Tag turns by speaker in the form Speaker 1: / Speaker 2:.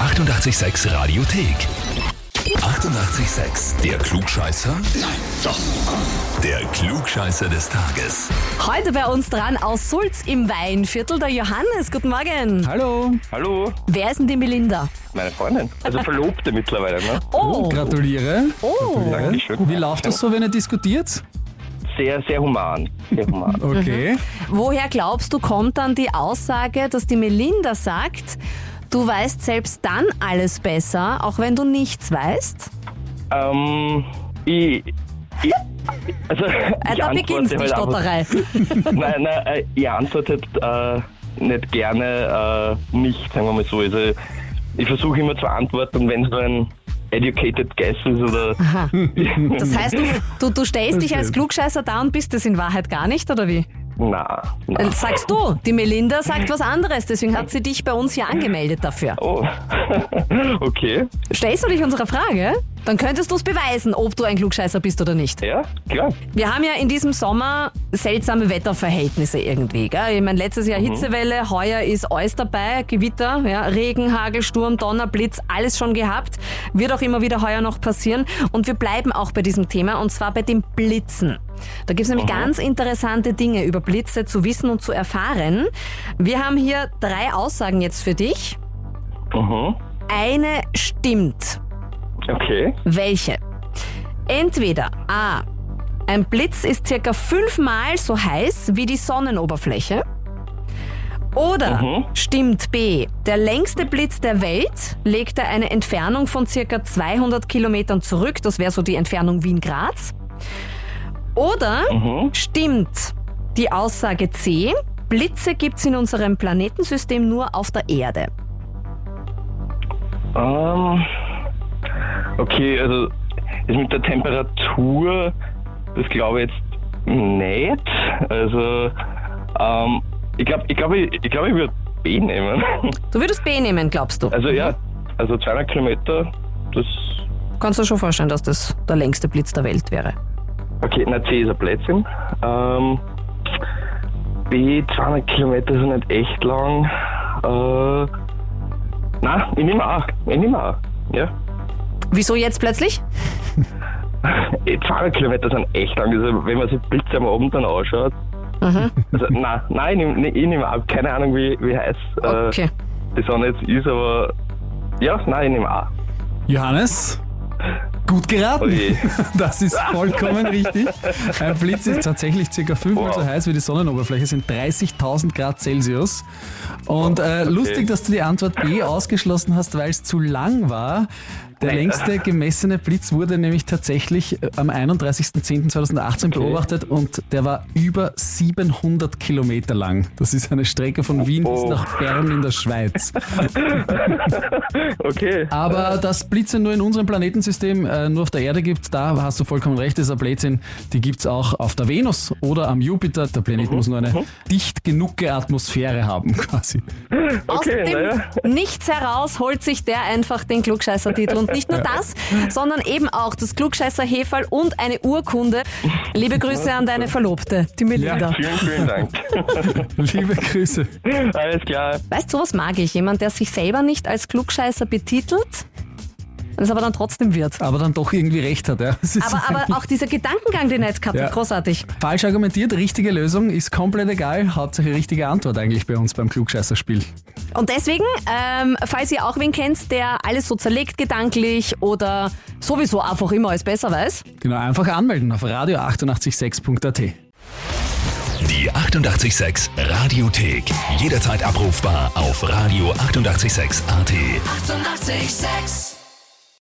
Speaker 1: 886 Radiothek. 88,6. Der Klugscheißer? Nein, doch. Der Klugscheißer des Tages.
Speaker 2: Heute bei uns dran aus Sulz im Weinviertel der Johannes. Guten Morgen.
Speaker 3: Hallo,
Speaker 4: Hallo,
Speaker 2: Wer ist denn die Melinda?
Speaker 4: meine Freundin. Also Verlobte mittlerweile, ne?
Speaker 2: Oh,
Speaker 3: gratuliere.
Speaker 2: oh.
Speaker 4: Dankeschön.
Speaker 3: Wie läuft das so, wenn ihr diskutiert?
Speaker 4: Sehr, sehr human. Sehr human.
Speaker 3: Okay.
Speaker 2: Woher glaubst du, kommt dann die Aussage, dass die Melinda sagt, du weißt selbst dann alles besser, auch wenn du nichts weißt? Äh,
Speaker 4: ähm, ich, ich, also,
Speaker 2: Äh,
Speaker 4: ich
Speaker 2: da
Speaker 4: antworte
Speaker 2: beginnt die
Speaker 4: halt einfach-
Speaker 2: Stotterei.
Speaker 4: Nein, nein, äh, ich antworte äh, nicht gerne äh, nicht, sagen wir mal so. Also, ich versuche immer zu antworten, wenn so ein educated guess ist oder...
Speaker 2: Aha. Das heißt, du, du, du stellst dich als Klugscheißer da und bist es in Wahrheit gar nicht, oder wie?
Speaker 4: Na, na.
Speaker 2: Äh, Sagst du, die Melinda sagt was anderes, deswegen hat sie dich bei uns hier angemeldet dafür.
Speaker 4: Oh, okay.
Speaker 2: Stellst du dich unserer Frage? Dann könntest du es beweisen, ob du ein Klugscheißer bist oder nicht.
Speaker 4: Ja, klar.
Speaker 2: Wir haben ja in diesem Sommer seltsame Wetterverhältnisse irgendwie. Gell? Ich meine, letztes Jahr Hitzewelle, heuer ist alles dabei, Gewitter, ja, Regen, Hagel, Sturm, Donner, Blitz, alles schon gehabt. Wird auch immer wieder heuer noch passieren. Und wir bleiben auch bei diesem Thema, und zwar bei den Blitzen. Da gibt's nämlich ganz interessante Dinge über Blitze zu wissen und zu erfahren. Wir haben hier drei Aussagen jetzt für dich.
Speaker 4: Mhm.
Speaker 2: Eine stimmt.
Speaker 4: Okay.
Speaker 2: Welche? Entweder A. Ein Blitz ist circa fünfmal so heiß wie die Sonnenoberfläche. Oder
Speaker 4: Mhm.
Speaker 2: stimmt B. Der längste Blitz der Welt legte eine Entfernung von circa 200 Kilometern zurück. Das wäre so die Entfernung Wien-Graz. Oder
Speaker 4: Mhm.
Speaker 2: stimmt die Aussage C. Blitze gibt's in unserem Planetensystem nur auf der Erde.
Speaker 4: Ähm, okay, also das mit der Temperatur, das glaube ich jetzt nicht. Also, ähm, ich glaube, ich, glaube, ich, ich, glaube, ich würde B nehmen.
Speaker 2: Du würdest B nehmen, glaubst du?
Speaker 4: Also ja, also 200 Kilometer, das...
Speaker 2: Kannst du dir schon vorstellen, dass das der längste Blitz der Welt wäre?
Speaker 4: Okay, na C ist ein Blödsinn. Ähm, B, 200 Kilometer sind nicht echt lang. Äh, na, ich nehme A, ich nehme A, ja.
Speaker 2: Wieso jetzt plötzlich?
Speaker 4: Eh, 200 Kilometer sind echt lang. Also, wenn man sich Blitze am Abend dann anschaut. Also, nein, nein, ich nehme ich nehm ab. Keine Ahnung, wie, wie heiß äh,
Speaker 2: Okay.
Speaker 4: die Sonne jetzt ist, aber ja, nein, ich nehme auch.
Speaker 3: Johannes, gut geraten.
Speaker 4: Oje.
Speaker 3: Das ist vollkommen richtig. Ein Blitz ist tatsächlich circa fünfmal
Speaker 4: Wow.
Speaker 3: so heiß wie die Sonnenoberfläche, sind 30.000 Grad Celsius. Und äh, lustig, dass du die Antwort B ausgeschlossen hast, weil es zu lang war. Der längste gemessene Blitz wurde nämlich tatsächlich äh, am 31.10.2018 beobachtet und der war über 700 Kilometer lang. Das ist eine Strecke von Wien bis
Speaker 4: Oh.
Speaker 3: nach Bern in der Schweiz.
Speaker 4: Okay.
Speaker 3: Aber dass Blitze nur in unserem Planetensystem äh, nur auf der Erde gibt, da hast du vollkommen recht, ist ein Blödsinn. Die gibt's auch auf der Venus oder am Jupiter. Der Planet muss nur eine dicht genug Atmosphäre haben, quasi.
Speaker 2: Aus
Speaker 4: Okay,
Speaker 2: dem
Speaker 4: naja.
Speaker 2: Nichts heraus holt sich der einfach den Klugscheißer-Titel. Und nicht nur das, sondern eben auch das Klugscheißer-Hefal und eine Urkunde. Liebe Grüße an deine Verlobte, die Melinda.
Speaker 4: Vielen, vielen Dank.
Speaker 3: Liebe Grüße.
Speaker 4: Alles klar.
Speaker 2: Weißt du, was mag ich? Jemand, der sich selber nicht als Klugscheißer betitelt, das aber dann trotzdem wird.
Speaker 3: Aber dann doch irgendwie recht hat, ja. Es ist
Speaker 2: Aber, aber auch dieser Gedankengang, den er jetzt gehabt hat,
Speaker 3: Ja.
Speaker 2: großartig.
Speaker 3: Falsch argumentiert, richtige Lösung ist komplett egal. Hauptsache richtige Antwort eigentlich bei uns beim Klugscheißerspiel.
Speaker 2: Und deswegen, ähm, falls ihr auch wen kennt, der alles so zerlegt gedanklich oder sowieso einfach immer alles besser weiß,
Speaker 3: Genau, einfach anmelden auf radio886.at.
Speaker 1: Die 88,6 Radiothek. Jederzeit abrufbar auf radio886.at. 88,6.
Speaker 5: Eighty-eight, sex.